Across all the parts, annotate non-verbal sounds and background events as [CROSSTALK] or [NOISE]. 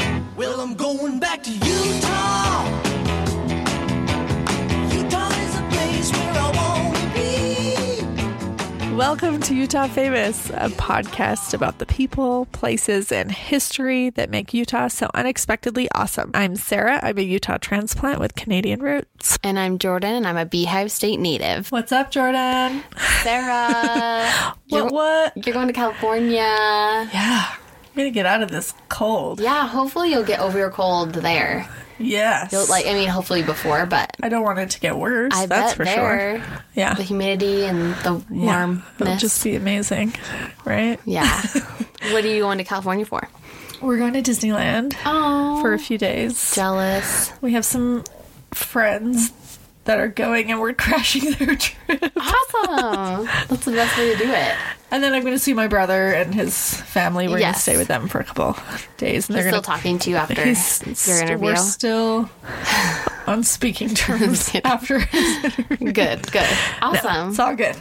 I'm going back to Utah. Utah is a place where I want to be. Welcome to Utah Famous, a podcast about the people, places, and history that make Utah so unexpectedly awesome. I'm Sarah. I'm a Utah transplant with Canadian roots. And I'm Jordan, and I'm a Beehive State native. What's up, Jordan? Sarah, What? What? [LAUGHS] you're going to California. Yeah. I'm going to get out of this cold. Yeah, hopefully you'll get over your cold there. Yes. You'll, like, I mean, hopefully before, but I don't want it to get worse. I that's bet for there, sure. Yeah. the humidity and the Yeah. It'll warmness. just be amazing, right? [LAUGHS] Yeah. what are you going to California for? We're going to Disneyland Oh, for a few days. jealous. We have some friends that are going and we're [LAUGHS] crashing their trip. Awesome. That's the best way to do it. And then I'm going to see my brother and his family. We're going to Yes. stay with them for a couple days. And they're He's still going to talking to [LAUGHS] you after your st- interview. We're still on speaking [LAUGHS] terms Yeah. after. Good, good. [LAUGHS] Awesome. It's all good.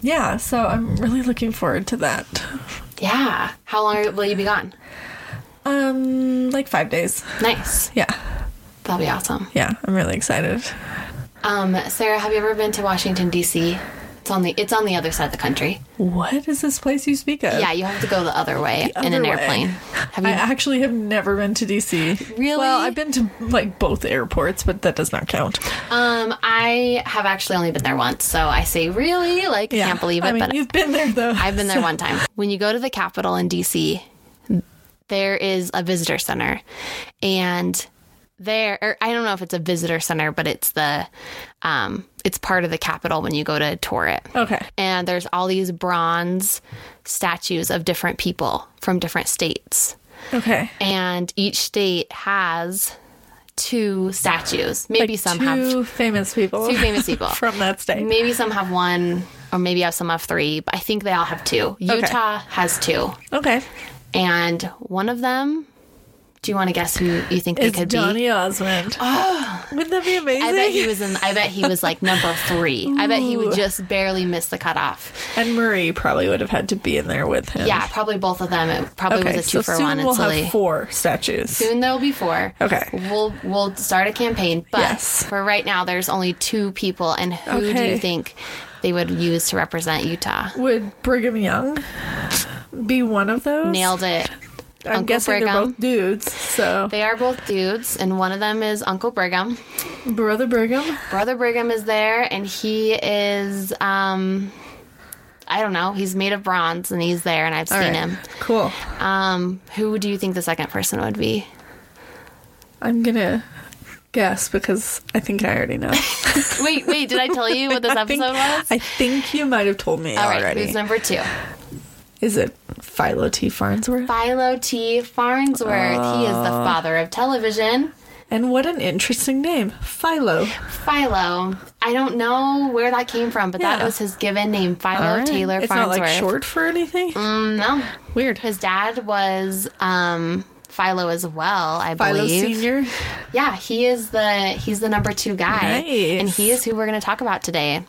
Yeah, so I'm really looking forward to that. yeah. How long are- will you be gone? Um, like five days. Nice. Yeah, That'll be awesome. yeah, I'm really excited. Um, Sarah, have you ever been to Washington D.C.? It's on the it's on the other side of the country. What is this place you speak of? Yeah, you have to go the other way in an other way. airplane. Have you? I actually have never been to DC. Really? Well, I've been to like both airports, but that does not count. um, I have actually only been there once, so I say really like I Yeah. can't believe it, I mean, but you've been there though. I've been [LAUGHS] there one time. When you go to the Capitol in D.C., there is a visitor center, and there or I don't know if it's a visitor center, but it's the um, it's part of the Capitol when you go to tour it. okay. and there's all these bronze statues of different people from different states. Okay. And each state has two statues. Maybe some two have famous people. two famous [LAUGHS] people. from that state. Maybe some have one, or maybe have some have three, but I think they all have two. Utah has two. Okay. And one of them, do you want to guess who you think they It's could be? Oh. Donny [GASPS] Osmond. Wouldn't that be amazing? I bet he was in I bet he was like number three. I bet he would just barely miss the cutoff. and Marie probably would have had to be in there with him. Yeah, probably both of them. It probably Okay. was a so two for soon one and we'll silly. have four statues. Soon there will be four. Okay. We'll we'll start a campaign, but Yes. for right now, there's only two people. And who do Okay. you think they would use to represent Utah? Would Brigham Young be one of those? Nailed it. I'm Uncle guessing they're Brigham. both dudes. So They are both dudes, and one of them is Uncle Brigham. brother Brigham. Brother Brigham is there, and he is um. I don't know. He's made of bronze, and he's there, and I've seen right. him. Cool. Um, who do you think the second person would be? I'm gonna guess because I think I already know. [LAUGHS] Wait, wait. Did I tell you what [LAUGHS] this I think, episode was? I think you might have told me All right, already. who's number two? Is it Philo T. Farnsworth? Philo T. Farnsworth. he is the Uh. father of television. And what an interesting name, Philo. Philo. I don't know where that came from, but Yeah. that was his given name, Philo All right. Taylor it's not Farnsworth. like short for anything. Mm, no, Weird. his dad was um, Philo as well, I Philo believe. Senior. Yeah, he is the he's the number two guy, Nice. and he is who we're going to talk about today.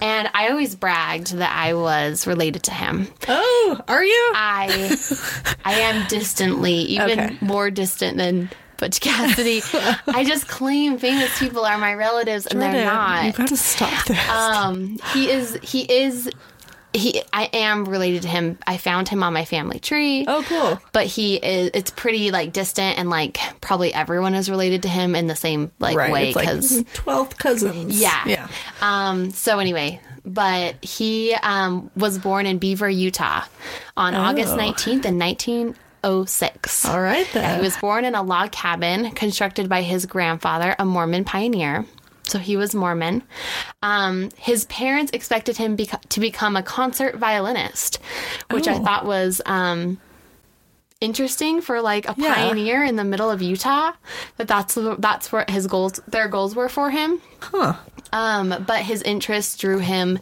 And I always bragged that I was related to him. Oh, are you? Uh, I I am distantly, even Okay. more distant than Butch Cassidy. I just claim famous people are my relatives and they're You not. gotta stop this. Um he is he is he I am related to him. I found him on my family tree. oh, cool. But he is it's pretty like distant and like probably everyone is related to him in the same like Right. way it's like cuz twelfth cousins. yeah. Yeah. Um, so anyway, but he um, was born in Beaver, Utah on August 19th in 1906. Oh. All right He then. was born in a log cabin constructed by his grandfather, a Mormon pioneer. So he was Mormon. Um, his parents expected him bec- to become a concert violinist, which I Oh. thought was um, interesting for like a Yeah. pioneer in the middle of Utah. That that's that's what his goals, their goals were for him. huh. Um, but his interest drew him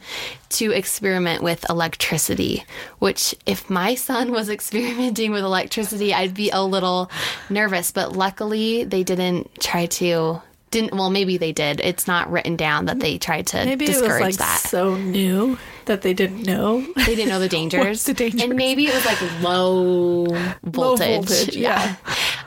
to experiment with electricity, which, if my son was [LAUGHS] experimenting with electricity, I'd be a little nervous. But luckily, they didn't try to. Didn't well, maybe they did. It's not written down that they tried to Maybe it was discourage like that. so new that they didn't know. They [LAUGHS] didn't know the dangers. the dangers? And maybe it was like low voltage. voltage, yeah.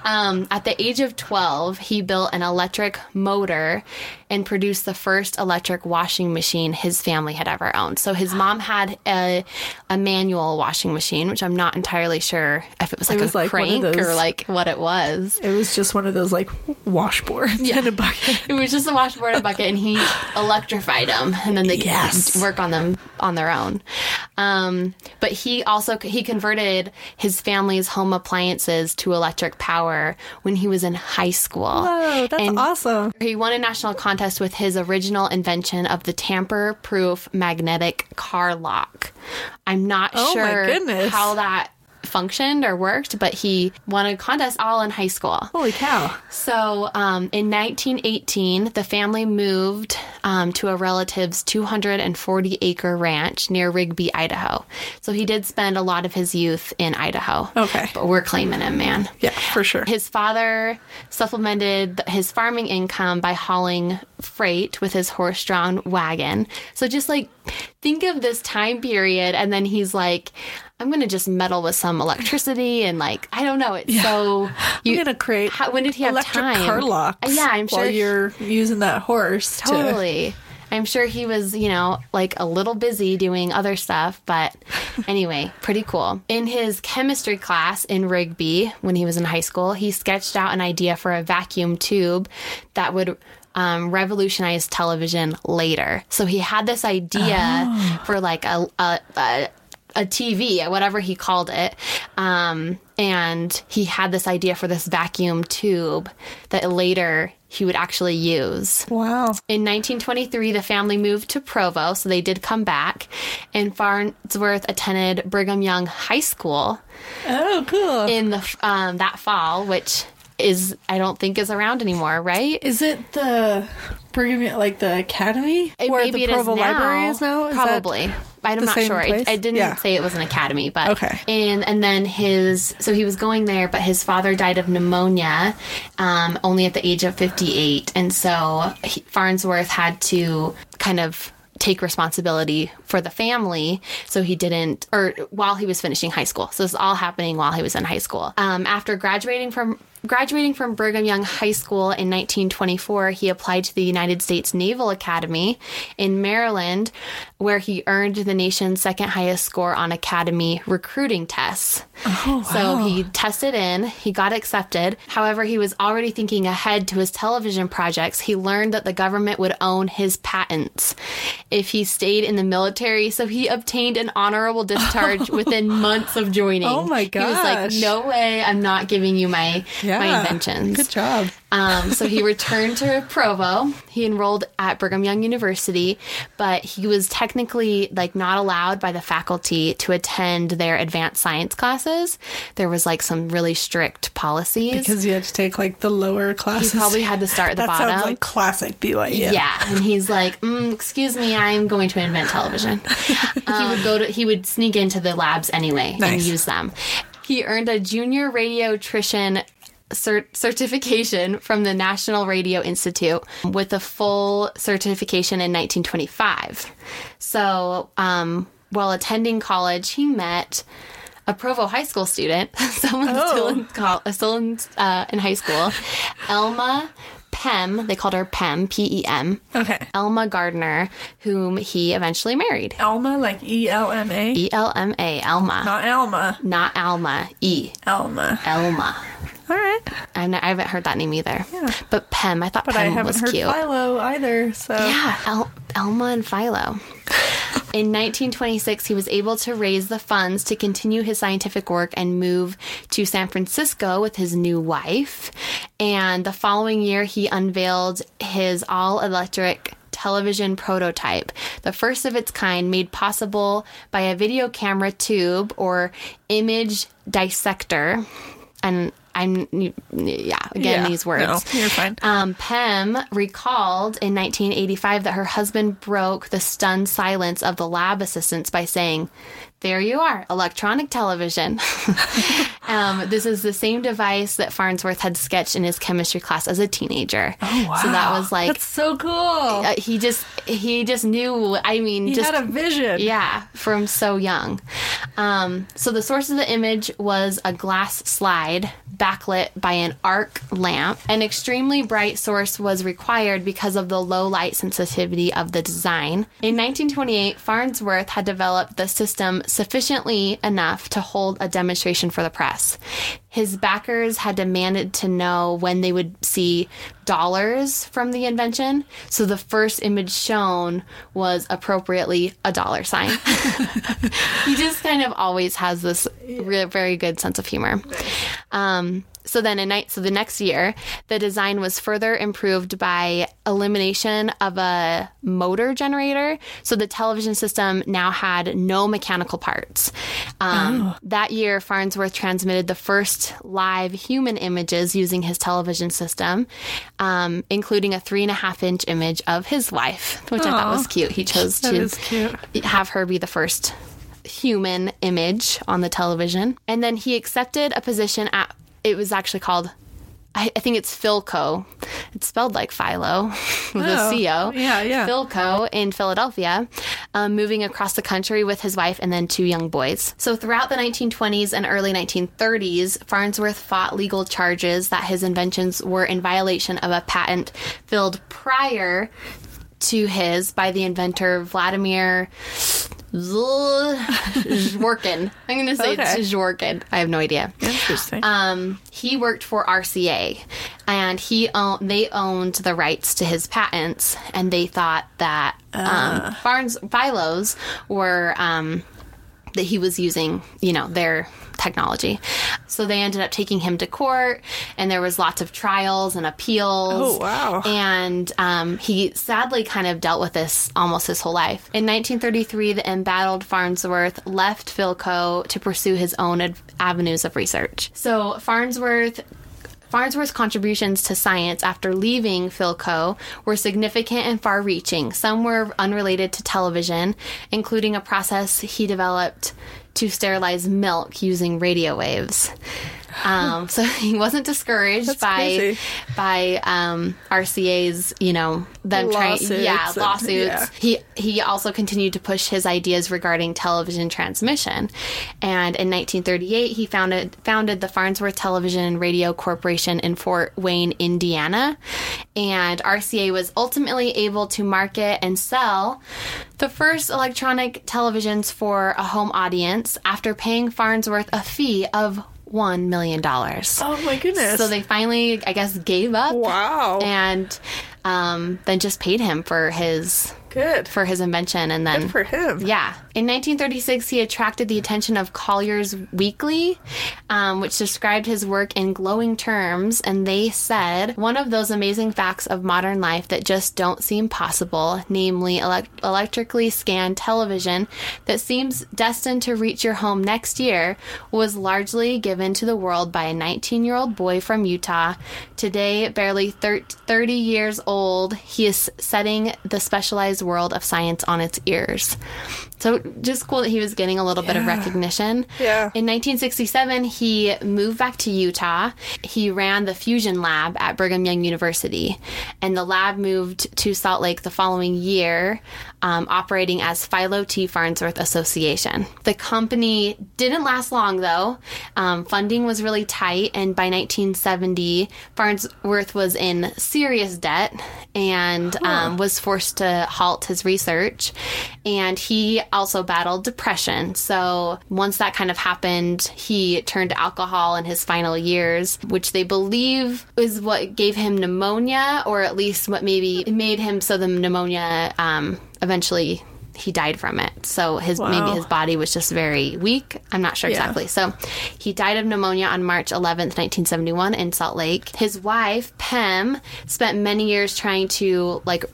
Um, at the age of 12, he built an electric motor and produced the first electric washing machine his family had ever owned. So his mom had a, a manual washing machine, which I'm not entirely sure if it was like was a like one of crank or those- like what it was. It was just one of those like washboards and a [LAUGHS] bucket. It was just a washboard and bucket, and he electrified them, and then they could Yes. work on them on their own. Um, but he also he converted his family's home appliances to electric power when he was in high school. Whoa, that's And awesome. He won a national contest with his original invention of the tamper-proof magnetic car lock. I'm not Oh my sure goodness. how that functioned or worked, but he won a contest all in high school. Holy cow. So, um, in 1918, the family moved um, to a relative's 240 acre ranch near Rigby, Idaho. So, he did spend a lot of his youth in Idaho. Okay. But we're claiming him, man. Yeah, for sure. His father supplemented th- his farming income by hauling freight with his horse drawn wagon. So, just like think of this time period, and then he's like, I'm going to just meddle with some electricity and like I don't know. It's so you, You're gonna create. how, when did he have electric time? Uh, car locks? Yeah, I'm sure While he- you're using that horse. To, totally. I'm sure he was, you know, like a little busy doing other stuff, but anyway, [LAUGHS] pretty cool. In his chemistry class in Rigby when he was in high school, he sketched out an idea for a vacuum tube that would um, revolutionize television later. So he had this idea for like a, a, a a TV, whatever he called it. Um, and he had this idea for this vacuum tube that later he would actually use. wow. In 1923, the family moved to Provo, so they did come back, and Farnsworth attended Brigham Young High School Oh, cool. in the um, that fall, which is I don't think is around anymore, right? Is it the Brigham, Young- like the academy It- where maybe the it is Provo Library is now? Is that- probably. I'm the not same sure. I, place? I didn't Yeah. say it was an academy, but Okay. And and then his so he was going there, but his father died of pneumonia, um, only at the age of 58, and so he, Farnsworth had to kind of take responsibility for the family so he didn't or while he was finishing high school so this is all happening while he was in high school um, after graduating from graduating from brigham young high school in 1924 he applied to the united states naval academy in maryland where he earned the nation's second highest score on academy recruiting tests Oh, [LAUGHS] so he tested in, he got accepted. However, he was already thinking ahead to his television projects. He learned that the government would own his patents if he stayed in the military. So he obtained an [LAUGHS] honorable discharge within months of joining. Oh my He was like, gosh. "No way! I'm not giving you my my Yeah. inventions." Good job. Um, so he returned to Provo. He enrolled at Brigham Young University, but he was technically like not allowed by the faculty to attend their advanced science classes. There was like some really strict policies. Because you had to take like the lower he classes. probably had to start at the that bottom. sounds like classic BYU. yeah. and he's like, mm, "Excuse me, I'm going to [LAUGHS] invent television." he would go to. He would sneak into the labs anyway and Nice. use them. He earned a junior radiotrician cer- certification from the National Radio Institute with a full certification in 1925. So, um, while attending college, he met a Provo high school student, [LAUGHS] someone still in, col- uh, still in, uh, in high school, Elma Pem. They called her Pem, P E M. Okay. Elma Gardner, whom he eventually married. Alma, like E L M A, E L M A, Elma. Not, not Alma. Alma, E. Alma. Elma. All right. I'm not, I haven't heard that name either. Yeah. But Pem, I thought But I Pem haven't was heard cute. Philo either. So Yeah, El- Elma and Philo. In 1926, he was able to raise the funds to continue his scientific work and move to San Francisco with his new wife. And the following year, he unveiled his all electric television prototype, the first of its kind made possible by a video camera tube or image dissector. And I'm, yeah, again, Yeah. these words. No, you're fine. Um, Pem recalled in 1985 that her husband broke the stunned silence of the lab assistants by saying, there you are, electronic television. [LAUGHS] um, this is the same device that Farnsworth had sketched in his chemistry class as a teenager. Oh, wow. So that was like That's so cool. uh, he just he just knew. I mean, He just had a vision. yeah, from so young. Um, so the source of the image was a glass slide backlit by an arc lamp. An extremely bright source was required because of the low light sensitivity of the design. In 1928, Farnsworth had developed the system sufficiently enough to hold a demonstration for the press. His backers had demanded to know when they would see dollars from the invention. So the first image shown was appropriately a dollar sign. [LAUGHS] he just kind of always has this re- very good sense of humor. Um, so then, in night, so the next year, the design was further improved by elimination of a motor generator. So the television system now had no mechanical parts. Oh. Um, That year, Farnsworth transmitted the first live human images using his television system, um, including a three and a half inch image of his wife, which I thought was cute. He chose That to is cute. have her be the first human image on the television. And then he accepted a position at, it was actually called, I, I think it's Philco. It's spelled like Philo [LAUGHS] with Oh, a C-O. yeah, yeah. Philco in Philadelphia, um, moving across the country with his wife and then two young boys. So throughout the 1920s and early 1930s, Farnsworth fought legal charges that his inventions were in violation of a patent filled prior to his by the inventor Vladimir Zworkin. I'm going to say Okay. it's Zworkin. I have no idea. Interesting. Um, he worked for RCA, and he own, they owned the rights to his patents, and they thought that um, Farns Philos were um, that he was using, you know, their technology. So they ended up taking him to court, and there was lots of trials and Oh, appeals. wow. And um, he sadly kind of dealt with this almost his whole life. In 1933, the embattled Farnsworth left Philco to pursue his own ad- avenues of research. So Farnsworth. Farnsworth's contributions to science after leaving Philco were significant and far reaching. Some were unrelated to television, including a process he developed to sterilize milk using radio waves. Um, so [LAUGHS] he wasn't discouraged That's by crazy. by um, RCA's, you know, them trying, Lawsuits yeah, and- lawsuits. yeah. He he also continued to push his ideas regarding television transmission, and in 1938 he founded founded the Farnsworth Television and Radio Corporation in Fort Wayne, Indiana, and RCA was ultimately able to market and sell the first electronic televisions for a home audience after paying Farnsworth a fee of one million dollars. oh my goodness. So they finally, I guess, gave up. Wow. And um, then just paid him for his Good for, for his invention, and then for him. yeah. In 1936, he attracted the attention of Collier's Weekly, um, which described his work in glowing terms, and they said one of those amazing facts of modern life that just don't seem possible, namely elec electrically scanned television that seems destined to reach your home next year, was largely given to the world by a 19 year old boy from Utah. Today, barely thir- 30 years old, he is setting the specialized world of science on its ears. So just cool that he was getting a little bit of recognition. Yeah. In 1967, he moved back to Utah. He ran the fusion lab at Brigham Young University, and the lab moved to Salt Lake the following year, um, operating as Philo T. Farnsworth Association. The company didn't last long, though. Um, funding was really tight, and by 1970, Farnsworth was in serious debt and um, was forced to halt his research. And he also battled depression. So once that kind of happened, he turned to alcohol in his final years, which they believe is what gave him pneumonia, or at least what maybe made him so the pneumonia um, eventually. He died from it, so his maybe Wow. his body was just very weak. I'm not sure Yeah. exactly. So he died of pneumonia on March 11th, 1971 in Salt Lake. His wife, Pem, spent many years trying to like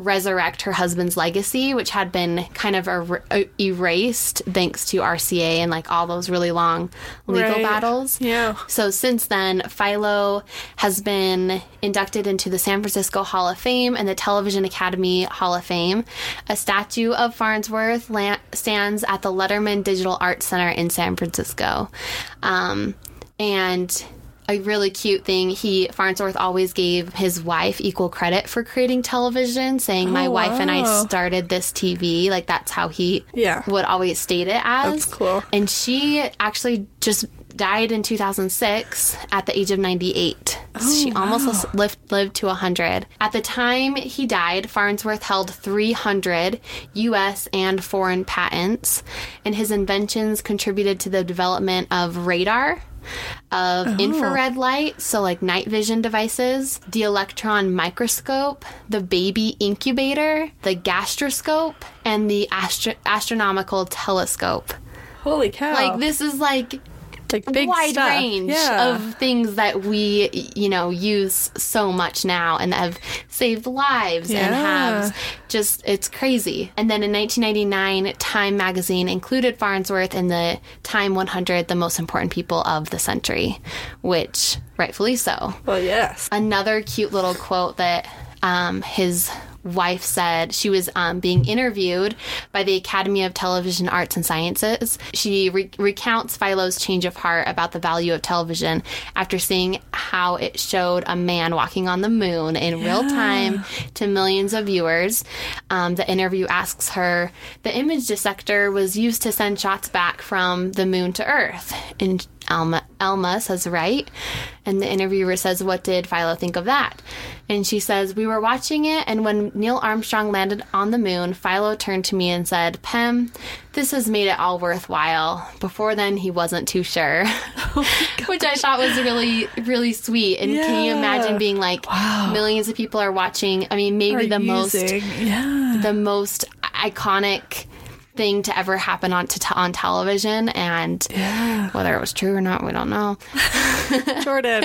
resurrect her husband's legacy, which had been kind of er- er- erased thanks to RCA and like all those really long legal Right. battles. Yeah. So since then, Philo has been inducted into the San Francisco Hall of Fame and the Television Academy Hall of Fame. A statue of Farnsworth la- stands at the Letterman Digital Arts Center in San Francisco. Um, and a really cute thing he Farnsworth always gave his wife equal credit for creating television, saying my wife and I Oh, wow. started this TV. Like that's how he Yeah. would always state it as. That's cool. And she actually just died in 2006 at the age of 98. Oh, she almost lived, lived to 100. At the time he died, Farnsworth held 300 US and foreign patents, and his inventions contributed to the development of radar. Of Oh. infrared light, so like night vision devices, the electron microscope, the baby incubator, the gastroscope, and the astro- astronomical telescope. Holy cow. Like this is like like Oh. big wide stuff. range yeah. of things that we you know use so much now and that have saved lives and Yeah. have just it's crazy. And then in 1999, Time magazine included Farnsworth in the Time 100, the most important people of the century, which rightfully so well, yes. another cute little quote that um, his wife said she was um, being interviewed by the academy of television arts and sciences she re- recounts philo's change of heart about the value of television after seeing how it showed a man walking on the moon in real time to millions of viewers um, the interview asks her the image dissector was used to send shots back from the moon to earth and Alma Alma says right, and the interviewer says, "What did Philo think of that?" And she says, "We were watching it, and when Neil Armstrong landed on the moon, Philo turned to me and said, "Pem, this has made it all worthwhile." Before then, he wasn't too [LAUGHS] sure, Oh [LAUGHS] which I thought was really, really sweet. And can you Yeah. imagine being like, millions of people are watching? I mean, maybe the most using, [LAUGHS] [LAUGHS] yeah. the most iconic thing to ever happen on to on television and whether it was true or not we don't know Jordan.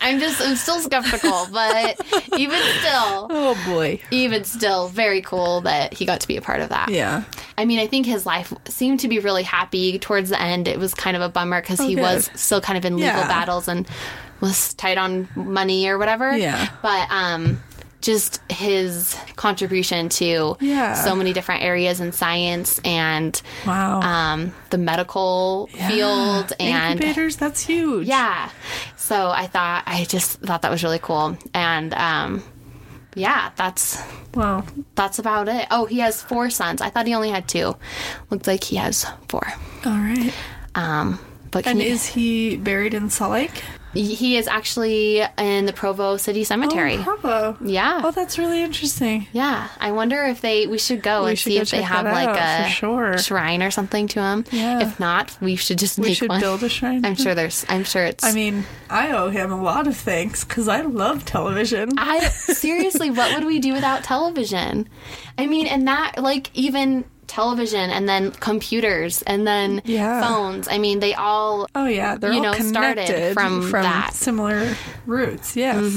i'm just i'm still skeptical but even still oh boy. even still very cool that he got to be a part of that Yeah. i mean i think his life seemed to be really happy towards the end it was kind of a bummer because he Oh, good. was still kind of in legal Yeah. battles and was tight on money or whatever Yeah. but um just his contribution to Yeah. so many different areas in science and Wow. um, the medical field and incubators. That's huge. yeah. So I thought I just thought that was really cool, and um, yeah, that's Wow. that's about it. Oh, he has four sons. I thought he only had two. Looks like he has four. All right. Um, but can And you, is he buried in Salt Lake? he is actually in the Provo City Cemetery. Oh, bravo. Yeah. Oh, that's really interesting. Yeah, I wonder if they we should go We and should see go if they check have that like out, a for sure. shrine or something to him. Yeah. If not, we should just We make should one. build a shrine. [LAUGHS] I'm sure there's. I'm sure it's. I mean, [LAUGHS] I owe him a lot of thanks because I love television. I seriously, what would we do without television? I mean, and that like even television and then computers and then Yeah. phones. I mean, they all Oh yeah, they're you all know, started connected from that. Mm-hmm. similar roots. Yes.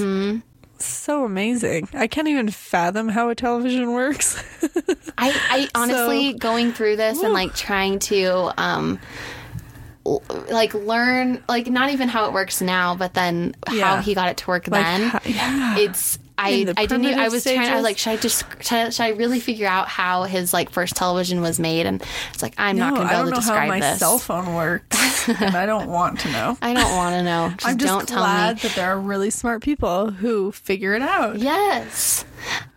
So amazing. I can't even fathom how a television works. [LAUGHS] I, I honestly going through this and like trying to um l- like learn like not even how it works now, but then how Yeah. he got it to work Like, then. ho- yeah. It's I, In the I didn't even, I primitive was trying I was stages. like should I just should I, should I really figure out how his like first television was made and it's like I'm not no, going to be I able don't to know how describe my this. cell phone works, and I don't want to know. I don't want to know. [LAUGHS] [LAUGHS] Just I'm just don't tell glad me. that there are really smart people who figure it out. Yes.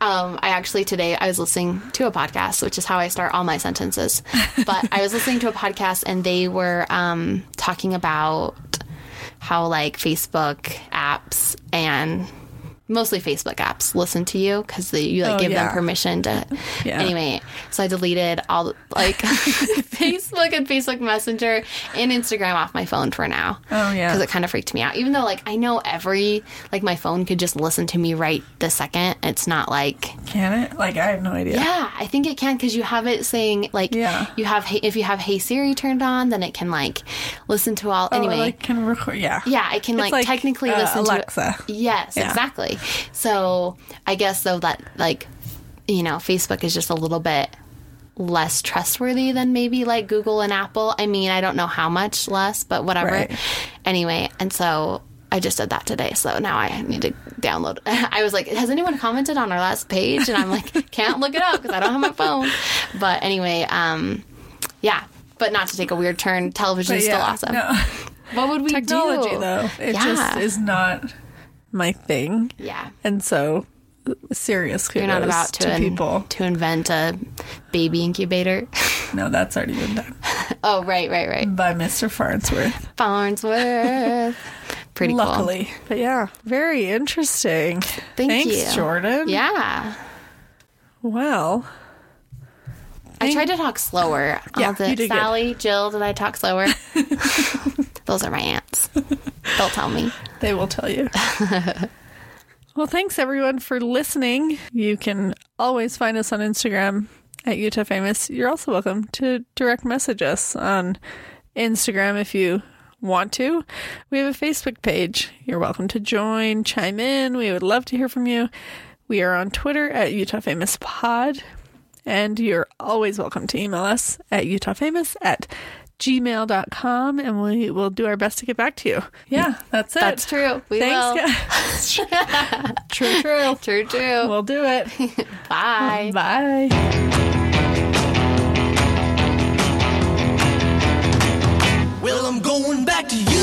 Um, I actually today I was listening to a podcast, which is how I start all my sentences. But I was listening to a podcast and they were um, talking about how like Facebook apps and mostly Facebook apps listen to you because you like Oh, give yeah. them permission to. [LAUGHS] Yeah. Anyway, so I deleted all [LAUGHS] like [LAUGHS] Facebook and Facebook Messenger and Instagram off my phone for now. Oh, yeah. because it kind of freaked me out. Even though like I know every like my phone could just listen to me right the second. It's not like Can it? Like, I have no idea. yeah, I think it can because you have it saying like Yeah. you have Hey- if you have Hey Siri turned on, then it can like listen to all. Oh, anyway, like can record. Yeah. yeah, it can It's like, like, technically uh, listen Alexa. to it. Yes, Yeah. exactly. So I guess though that like you know, Facebook is just a little bit less trustworthy than maybe like Google and Apple. I mean, I don't know how much less, but whatever. Right. Anyway, and so I just did that today, so now I need to download. [LAUGHS] I was like, has anyone commented on our last page? And I'm like, [LAUGHS] can't look it up because I don't have my phone. But anyway, um, yeah. But not to take a weird turn, television is still Yeah, awesome. No. [LAUGHS] What would we Technology, do? though, it yeah. just is not my thing. Yeah. And so, serious kudos You're not about to, to in- people. to invent a baby incubator. [LAUGHS] No, that's already been done oh, right, right, right. by Mr. Farnsworth. Farnsworth. Pretty Luckily. But yeah, very interesting. Thank Thanks, you. Jordan. cool. Yeah. Well, I tried to talk slower. Yeah, All the- you did good. Sally, Jill, did I talk slower? [LAUGHS] [LAUGHS] Those are my aunts. They'll tell me. they will tell you. well, thanks everyone for listening. You can always find us on Instagram at Utah Famous. You're also welcome to direct message us on Instagram if you want to. We have a Facebook page. You're welcome to join, chime in. We would love to hear from you. We are on Twitter at Utah Famous Pod. And you're always welcome to email us at utahfamous at gmail.com and we will do our best to get back to you. Yeah, that's it. That's true. We will. Thanks, [LAUGHS] guys. [LAUGHS] true, true. True, true. We'll do it. Bye. Bye. Well, I'm going back to you.